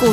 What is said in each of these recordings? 股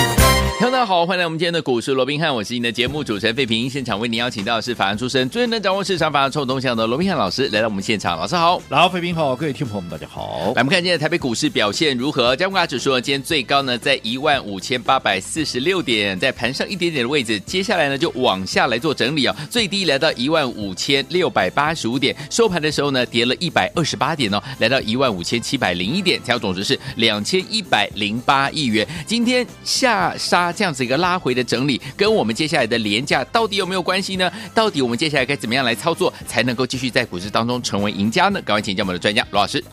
大家好，欢迎来我们今天的股市罗宾汉，我是您的节目主持人费平。现场为您邀请到的是法案出身、最能掌握市场法案臭动向的罗宾汉老师来到我们现场，老师好。老费平好，各位听众朋友们，大家好来，。我们看今天的台北股市表现如何？加权指数呢，今天最高呢在一万五千八百四十六点，在盘上一点点的位置，接下来呢就往下来做整理哦，最低来到一万五千六百八十五点，收盘的时候呢跌了一百二十八点哦，来到一万五千七百零一点，成交总值是两千一百零八亿元。今天下杀这样子一个拉回的整理，跟我们接下来的廉价到底有没有关系呢？到底我们接下来该怎么样来操作，才能够继续在股市当中成为赢家呢？赶快请教我们的专家罗老师。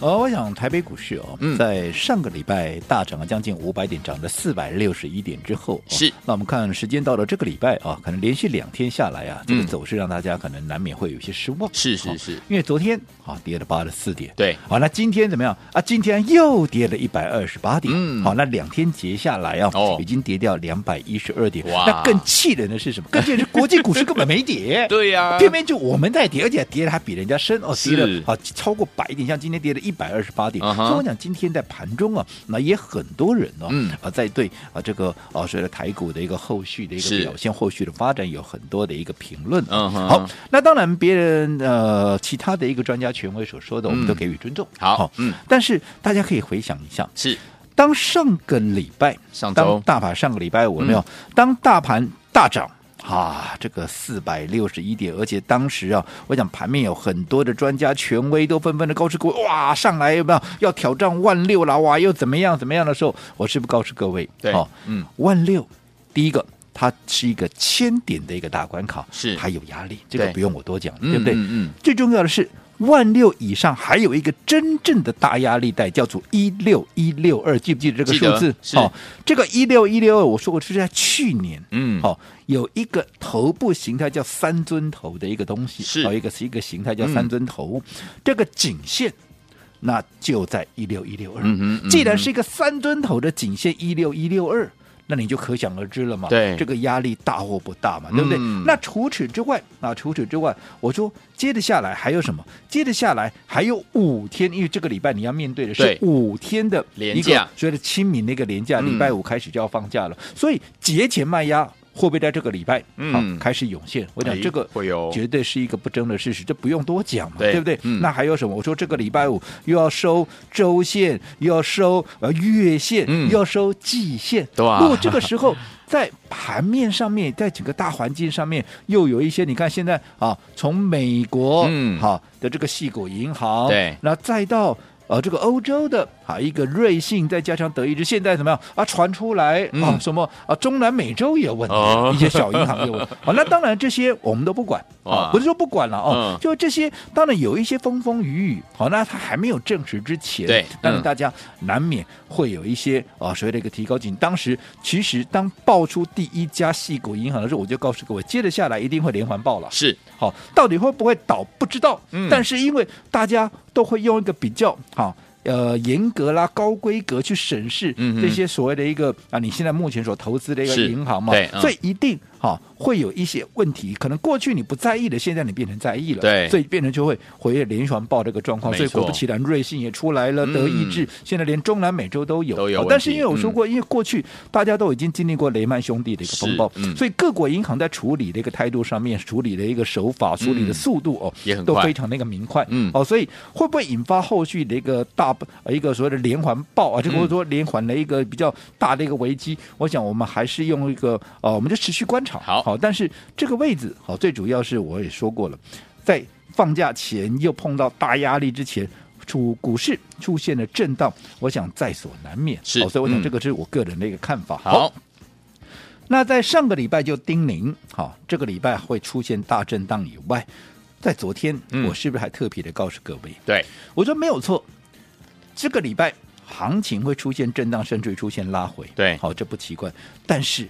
呃，我想台北股市哦，嗯在上个礼拜大涨了将近五百点，涨了四百六十一点之后、哦是那我们看时间到了这个礼拜啊，可能连续两天下来啊，这个嗯走势让大家可能难免会有一些失望。是是哦是因为昨天啊跌了八十四点，对好，那今天怎么样啊？今天又跌了一百二十八点，嗯好，那两天结下来啊，哦已经跌掉两百一十二点，哇那更气人的是什么？更气人是国际股市根本没跌， 对 对呀、偏偏就我们在跌，而且跌的还比人家深哦，啊是跌了啊超过百点，像今天跌了一百二十八点。嗯哼所以我讲今天在盘中啊，那也很多人哦，嗯啊在对啊这个啊随着台股的一个后续的一个是表现、后续的发展有很多的一个评论。啊嗯哼好，那当然别人呃其他的一个专家权威所说的，我们都给予尊重。好嗯，但是大家可以回想一下，是当上个礼拜，上周嗯当大盘上个礼拜五有没有，当大盘大涨。啊，这个四百六十一点，而且当时啊，我想盘面有很多的专家权威都纷纷的告诉各位，哇，上来有没有要挑战万六了？哇，又怎么样怎么样的时候，我是不是告诉各位？对哦，嗯，万六，第一个。它是一个千点的一个大关卡，是还有压力，这个对不用我多讲，嗯对不对？嗯嗯最重要的是，万六以上还有一个真正的大压力带，叫做一六一六二，记不记得这个记得数字？哦是，这个一六一六二，我说过是在去年，嗯好、哦有一个头部形态叫三尊头的一个东西，是好一个是一个形态叫嗯三尊头，这个颈线。那就在一六一六嗯哼嗯二，哼既然是一个三尊头的颈线一六一六二，那你就可想而知了嘛。对这个压力大或不大嘛，对不对？嗯那除此之外啊，除此之外，我说接着下来还有什么？接着下来还有五天，因为这个礼拜你要面对的是对五天的一个连假所谓的清明的一个连假，嗯礼拜五开始就要放假了，所以节前卖压会不会在这个礼拜嗯好开始涌现？我讲哎这个会有绝对是一个不争的事实，这不用多讲嘛，对不对？嗯那还有什么？我说这个礼拜五又要收周线，又要收呃月线，嗯又要收季线，对啊如果这个时候 在盘面上面，在整个大环境上面，又有一些你看现在啊，从美国嗯好、的这个系股银行，对那再到。呃，这个欧洲的啊，一个瑞信，再加上德意志，现在怎么样啊？传出来、嗯啊，什么啊？中南美洲也有问题，哦一些小银 行也有问题。啊，那当然这些我们都不管哇啊，不是说不管了哦，嗯就这些当然有一些风风雨雨。好、那它还没有证实之前，对嗯当然大家难免会有一些啊所谓的一个提高警。当时其实当爆出第一家系股银行的时候，我就告诉各位，接着下来一定会连环爆了。是好，到底会不会倒不知道，嗯但是因为大家都会用一个比较好。呃，严格啦，高规格去审视嗯哼这些所谓的一个、啊，你现在目前所投资的一个是银行嘛，对嗯所以一定哈、会有一些问题，可能过去你不在意的，现在你变成在意了，对所以变成就会回夜连环爆这个状况，没所以果错不其然，瑞信也出来了，嗯德意志现在连中南美洲都有，都有好问但是题因为我说嗯过，因为过去大家都已经经历过雷曼兄弟的一个风暴，是嗯所以各国银行在处理的一个态度上面，处理的一个手法，处理的速度哦，嗯也很都快非常那个明快，嗯哦，所以会不会引发后续的一个大呃一个所谓的连环爆嗯啊，这个或者说连环的一个比较大的一个危机？我想我们还是用一个呃，我们就持续观察，好好，但是这个位置好，最主要是我也说过了，在放假前又碰到大压力之前。出股市出现了震荡，我想在所难免。是好所以我想嗯这个是我个人的一个看法。好，那在上个礼拜就叮咛，好、这个礼拜会出现大震荡以外，在昨天、嗯我是不是还特别的告诉各位，对，我说没有错，这个礼拜行情会出现震荡，甚至于出现拉回，对好、这不奇怪，但是。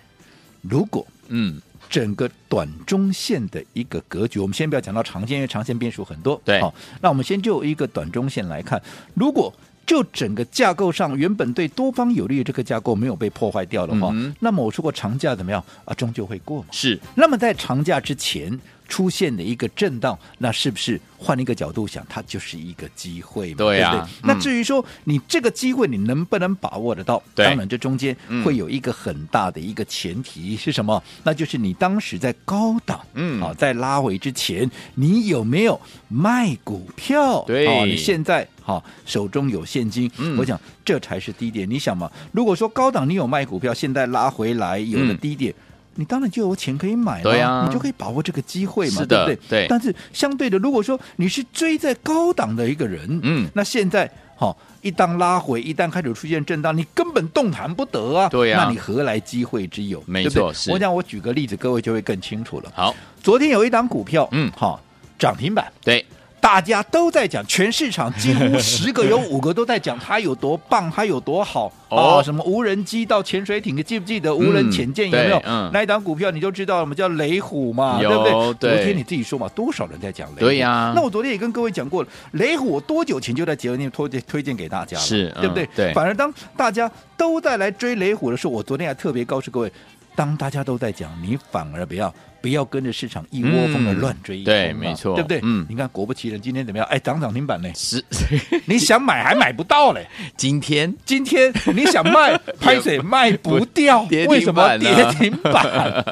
如果嗯，整个短中线的一个格局，我们先不要讲到长线，因为长线变数很多。对好，那我们先就一个短中线来看，如果就整个架构上原本对多方有利的这个架构没有被破坏掉的话，嗯哼那么我说过长假怎么样啊，终究会过嘛。是那么在长假之前出现的一个震荡，那是不是换一个角度想，它就是一个机会嘛？对啊不嗯那至于说你这个机会你能不能把握得到，对当然这中间嗯会有一个很大的一个前提是什么？那就是你当时在高档，嗯啊，在拉回之前，你有没有卖股票？对哦，你现在好、手中有现金，嗯我讲这才是低点。你想嘛，如果说高档你有卖股票，现在拉回来有了嗯低点。你当然就有钱可以买了，对啊你就可以把握这个机会嘛，是的对不对对？但是相对的，如果说你是追在高档的一个人，嗯那现在好、一旦拉回，一旦开始出现震荡，你根本动弹不得啊，对啊那你何来机会之有？没对不对错是我讲，我举个例子，各位就会更清楚了。好，昨天有一档股票，嗯好、涨停板，对，大家都在讲，全市场几乎十个有五个都在讲它有多棒，它有多好哦啊！什么无人机到潜水艇，记不记得无人潜舰有没有对？嗯那一档股票你就知道了嘛，叫雷虎嘛，有对不对？对昨天你自己说嘛，多少人在讲雷虎？对呀那我昨天也跟各位讲过了，雷虎我多久前就在节目里面推荐推荐给大家了，是嗯对不对？对反而当大家都在来追雷虎的时候，我昨天还特别告诉各位，当大家都在讲，你反而不要。不要跟着市场一窝蜂的嗯乱追一通嘛、对没错对不对？嗯！你看，果不其然，今天怎么样？哎，涨涨停板嘞是你想买还买不到嘞。 今天今天你想卖，拍水卖不掉， 跌停为什么板跌啊停 板？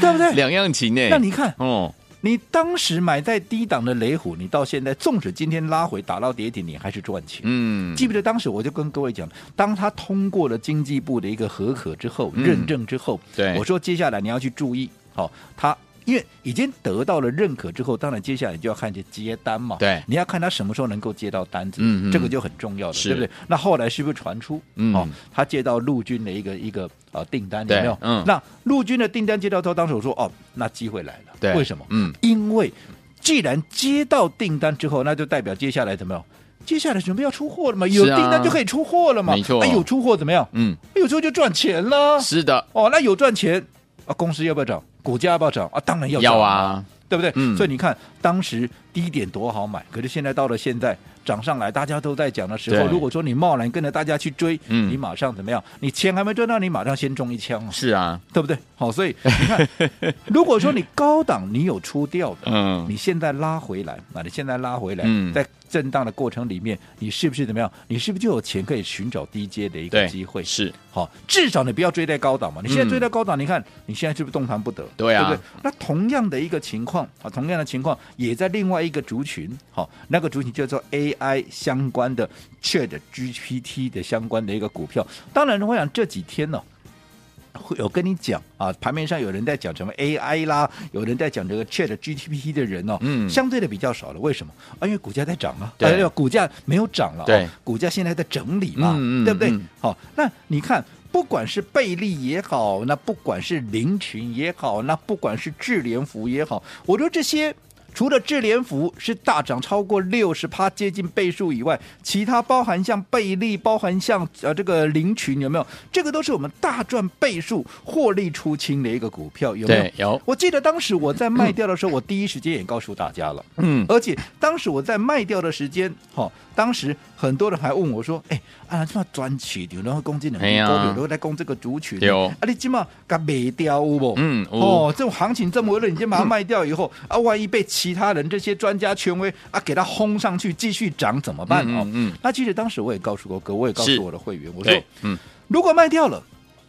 对不对？两样情呢。哎那你看，哦，你当时买在低档的雷虎，你到现在，纵使今天拉回打到跌停，你还是赚钱。嗯，记不记得当时我就跟各位讲，当他通过了经济部的一个合可之后，嗯认证之后，对我说接下来你要去注意，好、他。因为已经得到了认可之后，当然接下来就要看这接单嘛。对哎你要看他什么时候能够接到单子，嗯嗯这个就很重要的，是对不对？那后来是不是传出，嗯哦，他接到陆军的一个一个呃订单，有对没有？嗯那陆军的订单接到之后，当时我说，哦，那机会来了。对为什么？嗯，因为既然接到订单之后，那就代表接下来怎么样？接下来准备要出货了嘛，有是啊订单就可以出货了嘛，没错那有出货怎么样？哎嗯，有出货就赚钱了。是的，哦，那有赚钱啊，公司要不要涨？股价要不要涨啊？当然要涨要，啊，对不对？嗯所以你看当时低点多好买，可是现在到了现在涨上来，大家都在讲的时候，对如果说你贸然跟着大家去追，嗯你马上怎么样？你钱还没赚到，你马上先中一枪啊，是啊，对 不对？好，所以你看，如果说你高档你有出掉的，嗯，你现在拉回来，啊，你现在拉回来，嗯在震荡的过程里面，你是不是怎么样？你是不是就有钱可以寻找低阶的一个对，机会？是好、至少你不要追在高档嘛。你现在嗯追在高档，你看你现在是不是动弹不得？对啊对不对？那同样的一个情况啊，同样的情况也在另外一个族群，好、那个族群叫做 AI 相关的 Chat GPT 的相关的一个股票。当然，我想这几天呢、会有跟你讲啊，盘面上有人在讲什么 AI 啦，有人在讲这个 Chat GPT 的人哦，嗯相对的比较少了。为什么？啊，因为股价在涨啊，对哎呦，股价没有涨了、哦，对，股价现在在整理嘛，嗯嗯对不对？嗯好，那你看，不管是贝利也好，那不管是林群也好，那不管是智联福也好，我说这些。除了智联福是大涨超过六十趴，接近倍数以外，其他包含像贝利，包含像呃这个林群有没有？这个都是我们大赚倍数、获利出清的一个股票，有没有对？，有，我记得当时我在卖掉的时候，我第一时间也告诉大家了。嗯， 而且当时我在卖掉的时间，哈、当时很多人还问我说：“哎、啊，这么专取牛，然后攻击两哎呀股票，都在攻这个族群，对哦啊，你起码给卖掉有无？嗯有哦，这种行情这么热，你先把它卖掉以后、啊，万一被其他人这些专家权威啊给它轰上去，继续涨怎么办嗯哦？嗯嗯那其实当时我也告诉过哥，我也告是诉我的会员，我说对，嗯如果卖掉了，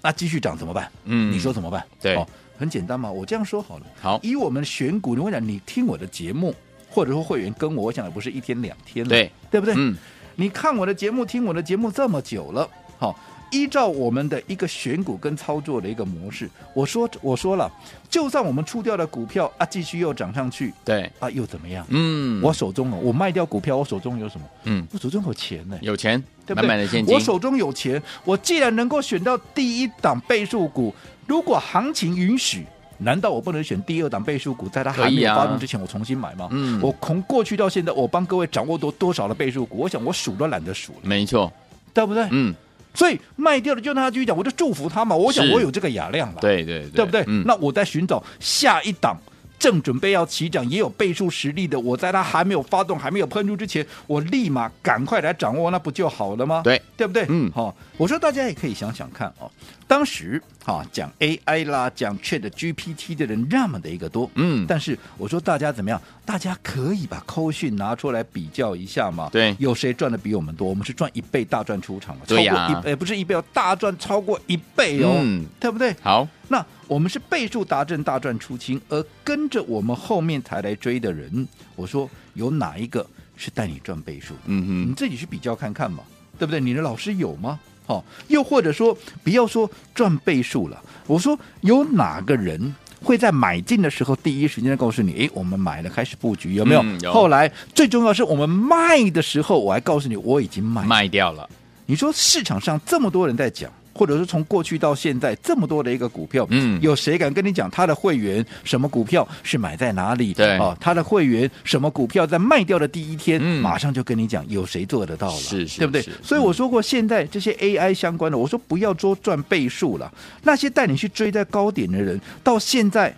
那继续涨怎么办？嗯，你说怎么办？对哦，很简单嘛，我这样说好了。好，以我们选股，我讲你听我的节目，或者说会员跟我，我想也不是一天两天了，对对不对？嗯，你看我的节目，听我的节目这么久了，好、依照我们的一个选股跟操作的一个模式，我说我说了，就算我们出掉的股票啊，继续又涨上去对，啊，又怎么样？嗯，我手中哦，我卖掉股票，我手中有什么？嗯我手中有钱呢、有钱，对不满对？满的现金我，手中有钱，我既然能够选到第一档倍数股，如果行情允许。难道我不能选第二档倍数股，在它还可没以啊有发动之前，我重新买吗？嗯我从过去到现在，我帮各位掌握多多少的倍数股，我想我数都懒得数了，没错，对不对？嗯，所以卖掉了就让他继续讲，我就祝福他嘛。我想是我有这个雅量了，对对对，对不对？嗯，那我在寻找下一档。正准备要起涨，也有倍数实力的，我在它还没有发动、还没有喷出之前，我立马赶快来掌握，那不就好了吗？对对不对？嗯好、我说大家也可以想想看哦，当时哈、讲 AI 啦，讲 Chat GPT 的人那么的一个多，嗯但是我说大家怎么样？大家可以把扣讯拿出来比较一下嘛？对有谁赚的比我们多？我们是赚一倍大赚出场了，对超过呀一倍，呃不是一倍哦，大赚超过一倍哦，嗯对不对？好，那我们是倍数达阵大赚出清，而跟着我们后面才来追的人，我说有哪一个是带你赚倍数的？你嗯自己去比较看看嘛，对不对？你的老师有吗？好、又或者说，不要说赚倍数了，我说有哪个人？会在买进的时候第一时间告诉你，诶，我们买了，开始布局，有没有？嗯有后来最重要是我们卖的时候，我还告诉你我已经卖哼，了卖掉了，你说市场上这么多人在讲，或者是从过去到现在这么多的一个股票，嗯 有谁敢跟你讲他的会员什么股票是买在哪里？对哦，他的会员什么股票在卖掉的第一天，嗯马上就跟你讲，有谁做得到了？是是对不对是？所以我说过，现在这些 AI 相关的，我说不要说赚倍数了，那些带你去追在高点的人，到现在。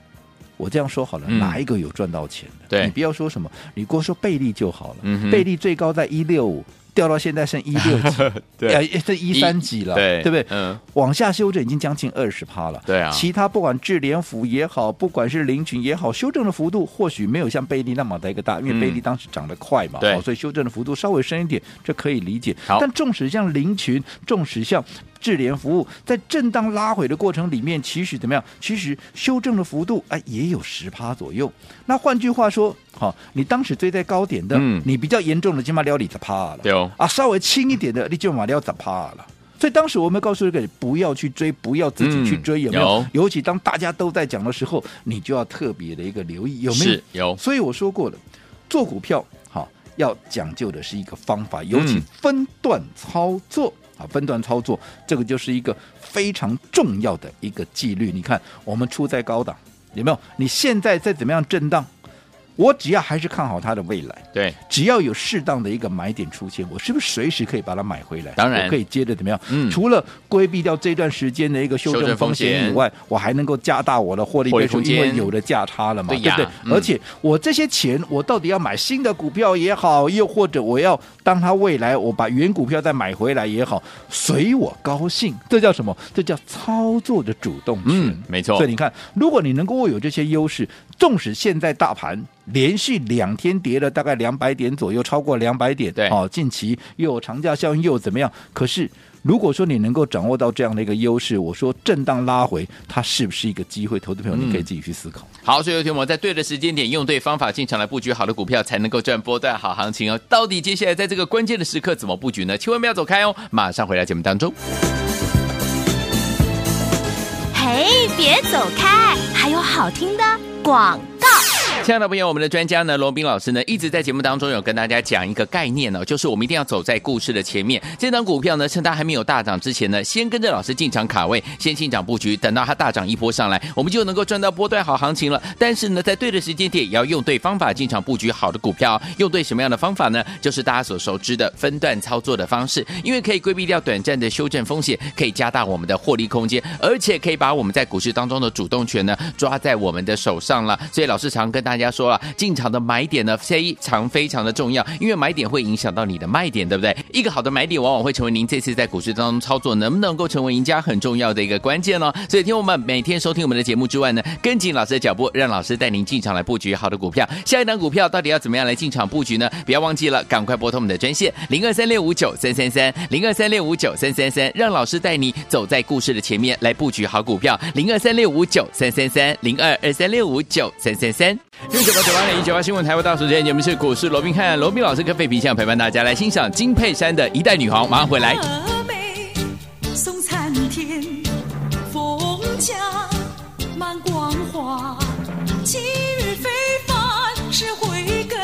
我这样说好了，嗯哪一个有赚到钱的？对你不要说什么，你光说倍利就好了。嗯哼倍利最高在一六五，掉到现在剩一六 几，呃，这一三级了，对不对？嗯，往下修正已经将近二十趴了。对啊其他不管智联府也好，不管是林群也好，修正的幅度或许没有像贝利那么的一个大，因为嗯贝利当时涨得快嘛，对哦所以修正的幅度稍微深一点，这可以理解好。但纵使像林群，纵使像智联服务，在震荡拉回的过程里面，其实怎么样？其实修正的幅度哎也有十趴左右。那换句话说，好、你当时追在高点的，嗯你比较严重的起码撩你的趴了，对哦啊，稍微轻一点的，你就马上要砸趴了。所以当时我们告诉这个人不要去追，不要自己去追，嗯有没有？有尤其当大家都在讲的时候，你就要特别的一个留意，有没有是？有所以我说过了，做股票好要讲究的是一个方法，尤嗯其分段操作。啊，分段操作，这个就是一个非常重要的一个纪律。你看，我们出在高档，有没有？你现在再怎么样震荡，我只要还是看好它的未来，对，只要有适当的一个买点出现，我是不是随时可以把它买回来？当然我可以接着怎么样？嗯除了规避掉这段时间的一个修修正正风风险险以外，我还能够加大我的获利获利倍数，空间因为有的价差了嘛，对不呀对？嗯而且我这些钱，我到底要买新的股票也好，又或者我要当它未来我把原股票再买回来也好，随我高兴，这叫什么？这叫操作的主动权。嗯，没错所以，你看，如果你能够有这些优势，纵使现在大盘连续两天跌了大概两百点左右，超过两百点，对哦，近期又有长假效应，又有怎么样？可是。如果说你能够掌握到这样的一个优势，我说震荡拉回，它是不是一个机会？投资朋友，你可以自己去思考。好，所以有天我们在对的时间点用对方法进场来布局好的股票，才能够赚波段好行情哦。到底接下来在这个关键的时刻怎么布局呢？千万不要走开哦，马上回来节目当中。嘿，别走开，还有好听的广告。亲爱的朋友，我们的专家呢，罗斌老师呢，一直在节目当中有跟大家讲一个概念哦，就是我们一定要走在故事的前面。这张股票呢，趁它还没有大涨之前呢，先跟着老师进场卡位，先进场布局，等到它大涨一波上来，我们就能够赚到波段好行情了。但是呢，在对的时间点，也要用对方法进场布局好的股票哦、用对什么样的方法呢？就是大家所熟知的分段操作的方式，因为可以规避掉短暂的修正风险，可以加大我们的获利空间，而且可以把我们在股市当中的主动权呢抓在我们的手上了。所以老师常跟大家说啊，进场的买点呢非常非常的重要，因为买点会影响到你的卖点，对不对？一个好的买点往往会成为您这次在股市当中操作能不能够成为赢家很重要的一个关键哦。所以听我们每天收听我们的节目之外呢，跟紧老师的脚步，让老师带您进场来布局好的股票。下一档股票到底要怎么样来进场布局呢？不要忘记了，赶快拨通我们的专线零二三六五九三三三零二三六五九三三三，让老师带你走在故事的前面来布局好股票。零二三六五九三三三零二二三六五九三三三。六九八九八零一九八新闻台，我到时间节目是股市罗宾汉，罗宾老师跟费皮相陪伴大家来欣赏金佩珊的一代女皇，马上回来。峨眉送参天，风甲满光华，今日非凡是慧根，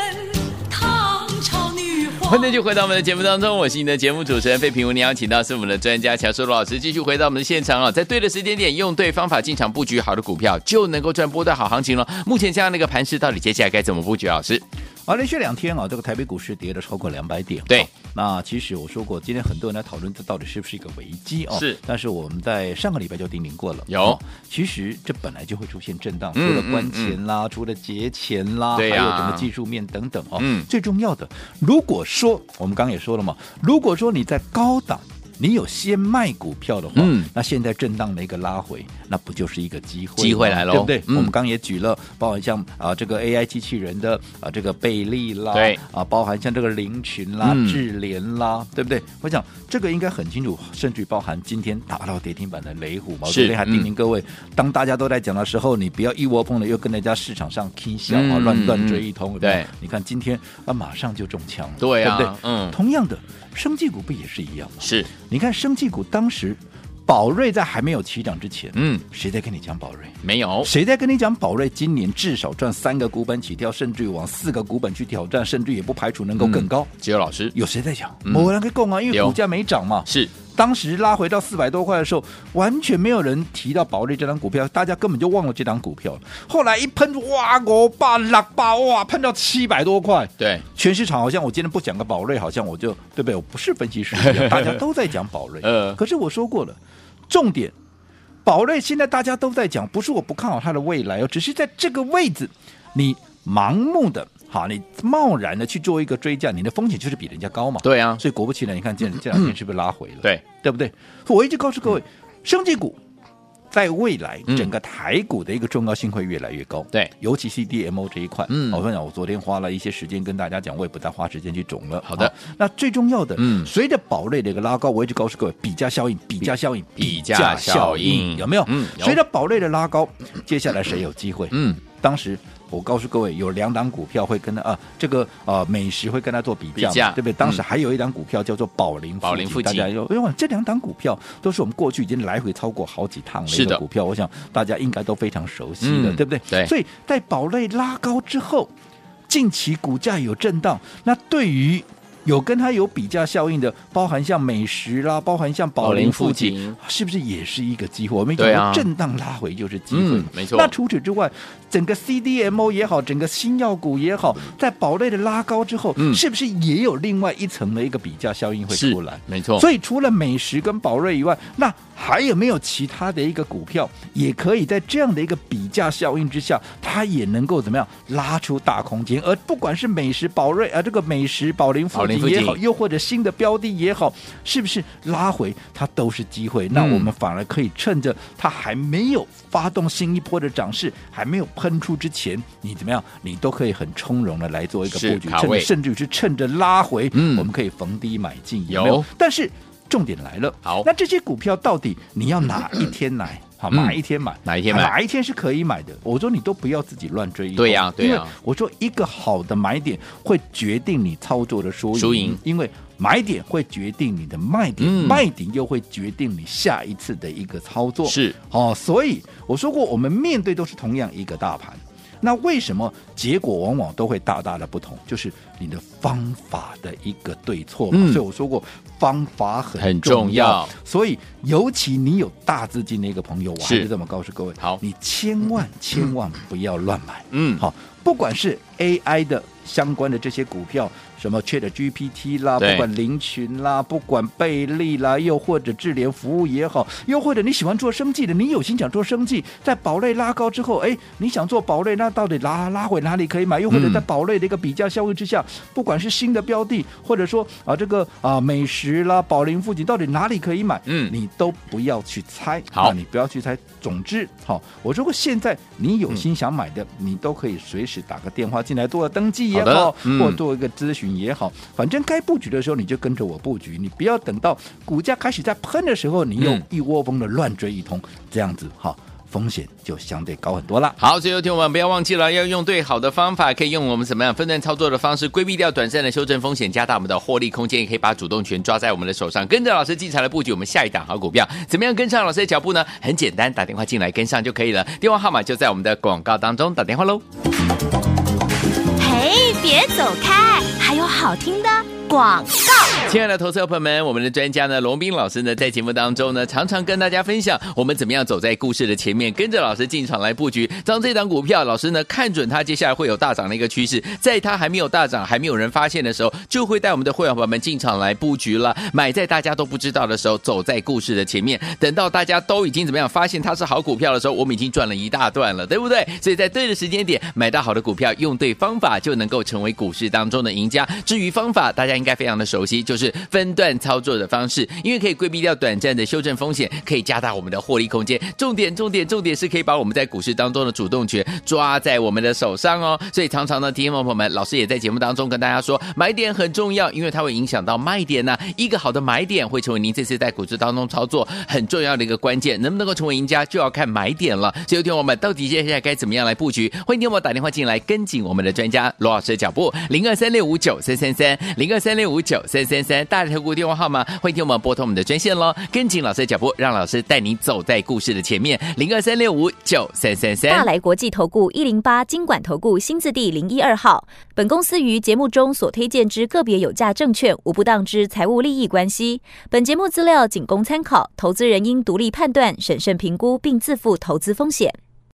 唐朝女皇。欢迎就回到我们的节目当中，我是你的节目主持人费平。我们邀请到是我们的专家乔舒罗老师，继续回到我们的现场哦，在对的时间点，用对方法进场布局好的股票，就能够赚波段好行情了。目前这样的一个盘势，到底接下来该怎么布局？老师，而连续两天啊，这个台北股市跌了超过两百点。对啊那其实我说过，今天很多人来讨论这到底是不是一个危机哦。是但是我们在上个礼拜就叮咛过了。有哦其实这本来就会出现震荡，除嗯了关前啦，除了节前啦，对呀还有整个技术面等等哦。嗯最重要的，如果说我们刚刚也说了嘛，如果说你在高档。你有先卖股票的话，嗯那现在震荡的一个拉回，那不就是一个机会吗？机会来咯对不对？嗯我们刚刚也举了，包含像啊、这个 AI 机器人的啊、这个贝利啦，对啊，包含像这个林群啦、嗯智联啦，对不对？我想这个应该很清楚，甚至包含今天打到跌停板的雷虎嘛，我是昨天还叮嗯咛各位，当大家都在讲的时候，你不要一窝蜂的又跟人家市场上 K 笑啊，嗯乱嗯乱追一通。有没有对，你看今天啊，马上就中枪了，对啊对不对？嗯同样的，生技股不也是一样吗？是，你看生技股当时宝瑞在还没有起涨之前，嗯，谁在跟你讲宝瑞？没有，谁在跟你讲宝瑞今年至少赚三个股本起跳，甚至于往四个股本去挑战，甚至也不排除能够更高？只有老师有谁在讲？嗯某人在供啊，因为有股价没涨嘛。是当时拉回到四百多块的时候，完全没有人提到宝瑞这张股票，大家根本就忘了这张股票了。后来一喷，哇，五百六百，哇，喷到七百多块。对，全市场好像我今天不讲个宝瑞，好像我就对不对？我不是分析师一样，大家都在讲宝瑞。呃可是我说过了，重点宝瑞现在大家都在讲，不是我不看好它的未来哦，只是在这个位置，你盲目的。好，你贸然的去做一个追价，你的风险就是比人家高嘛。对啊所以果不其然，你看这这两天是不是拉回了？对，对不对？我一直告诉各位，生技股在未来嗯整个台股的一个重要性会越来越高。对尤其是 DMO 这一块，嗯我跟你讲，我昨天花了一些时间跟大家讲，我也不再花时间去种了。啊好的那最重要的，嗯随着宝瑞的一个拉高，我一直告诉各位，比价效应，比价效应，比价效应有没有？嗯有随着宝瑞的拉高，接下来谁有机会？嗯，当时我告诉各位，有两档股票会跟他啊，这个啊美食会跟他做比价嘛，比价对不对？当嗯时还有一档股票叫做宝林宝林附附近近大家有，哎呦，这两档股票都是我们过去已经来回超过好几趟的是一的个股票，我想大家应该都非常熟悉的，嗯对不对？对所以在宝瑞拉高之后，近期股价有震荡，那对于有跟它有比价效应的，包含像美食啦，包含像宝宝林林附附近，近是不是也是一个机会？我们讲对啊过震荡拉回就是机会嘛、嗯没错那除此之外，整个 CDMO 也好，整个新药股也好，在宝瑞的拉高之后，嗯是不是也有另外一层的一个比价效应会是出来？没错，所以除了美食跟宝瑞以外，那还有没有其他的一个股票也可以在这样的一个比价效应之下，它也能够怎么样拉出大空间？而不管是美食、宝瑞啊，呃这个美食、宝林附宝林近附也近好，又或者新的标的也好，是不是拉回它都是机会？那嗯我们反而可以趁着它还没有发动新一波的涨势，还没有喷出之前，你怎么样，你都可以很从容的来做一个是布局，卡趁着位甚至是趁着拉回，嗯我们可以逢低买进。有没但是重点来了，好那这些股票到底你要哪一天买？好，嗯哪一天买？哪一天买哪一天是可以买的？我说你都不要自己乱追一通。对呀对呀因为我说一个好的买点会决定你操作的输赢，输赢因为买点会决定你的卖点，嗯卖点又会决定你下一次的一个操作。是哦，所以我说过，我们面对都是同样一个大盘。那为什么结果往往都会大大的不同？就是你的方法的一个对错嘛。嗯所以我说过，方法很很重重要所以，尤其你有大资金的一个朋友，我还是是这么告诉各位：好你千万千万不要乱买。嗯，好，不管是 AI 的相关的这些股票，什么 Chat GPT 啦，不对管林群啦，不管贝利啦，又或者智联服务也好，又或者你喜欢做生计的，你有心想做生计，在宝类拉高之后，哎，你想做宝类，那到底拉拉回哪里可以买？又或者嗯在宝类的一个比价效应之下，不管是新的标的，或者说啊这个啊美食啦、宝林附近，到底哪里可以买？嗯你都不要去猜，好啊你不要去猜。总之，好、我说过，现在你有心想买的，你都可以随时打个电话进来做个登记也好好的，嗯或做一个咨询也好，反正该布局的时候你就跟着我布局，你不要等到股价开始在喷的时候，你又嗯一窝蜂的乱追一通，这样子哈、风险就相对高很多啦。好，所以有听我们不要忘记了，要用对好的方法，可以用我们怎么样分段操作的方式，规避掉短暂的修正风险，加大我们的获利空间，也可以把主动权抓在我们的手上，跟着老师精彩的布局我们下一档好股票。怎么样跟上老师的脚步呢？很简单，打电话进来跟上就可以了，电话号码就在我们的广告当中，打电话喽。嘿，别走开，还有好听的广亲爱的投资者朋友们，我们的专家呢，龙斌老师呢，在节目当中呢，常常跟大家分享我们怎么样走在故事的前面，跟着老师进场来布局。当这档股票，老师呢看准它接下来会有大涨的一个趋势，在它还没有大涨、还没有人发现的时候，就会带我们的会员朋友们进场来布局了，买在大家都不知道的时候，走在故事的前面。等到大家都已经怎么样发现它是好股票的时候，我们已经赚了一大段了，对不对？所以在对的时间点买到好的股票，用对方法就能够成为股市当中的赢家。至于方法，大家应该非常的熟悉，就是分段操作的方式，因为可以规避掉短暂的修正风险，可以加大我们的获利空间。重点，重点，重点是可以把我们在股市当中的主动权抓在我们的手上哦。所以常常呢，听众朋友们，老师也在节目当中跟大家说，买点很重要，因为它会影响到卖点呐、一个好的买点会成为您这次在股市当中操作很重要的一个关键，能不能够成为赢家，就要看买点了。所以，听我们到底接下来该怎么样来布局？欢迎听我打电话进来，跟紧我们的专家罗老师的脚步，零二三六五九三三三，零二三六五九三三三，大头股电话号码，欢迎听我们拨通我们的专线喽，跟紧老师的脚步，让老师带你走在故事的前面，零二三六五九三三三。大来国际投顾一零八金管投顾新字第零一二号。本公司于节目中所推荐之个别有价证券，无不当之财务利益关系。本节目资料仅供参考，投资人应独立判断、审慎评估，并自负投资风险。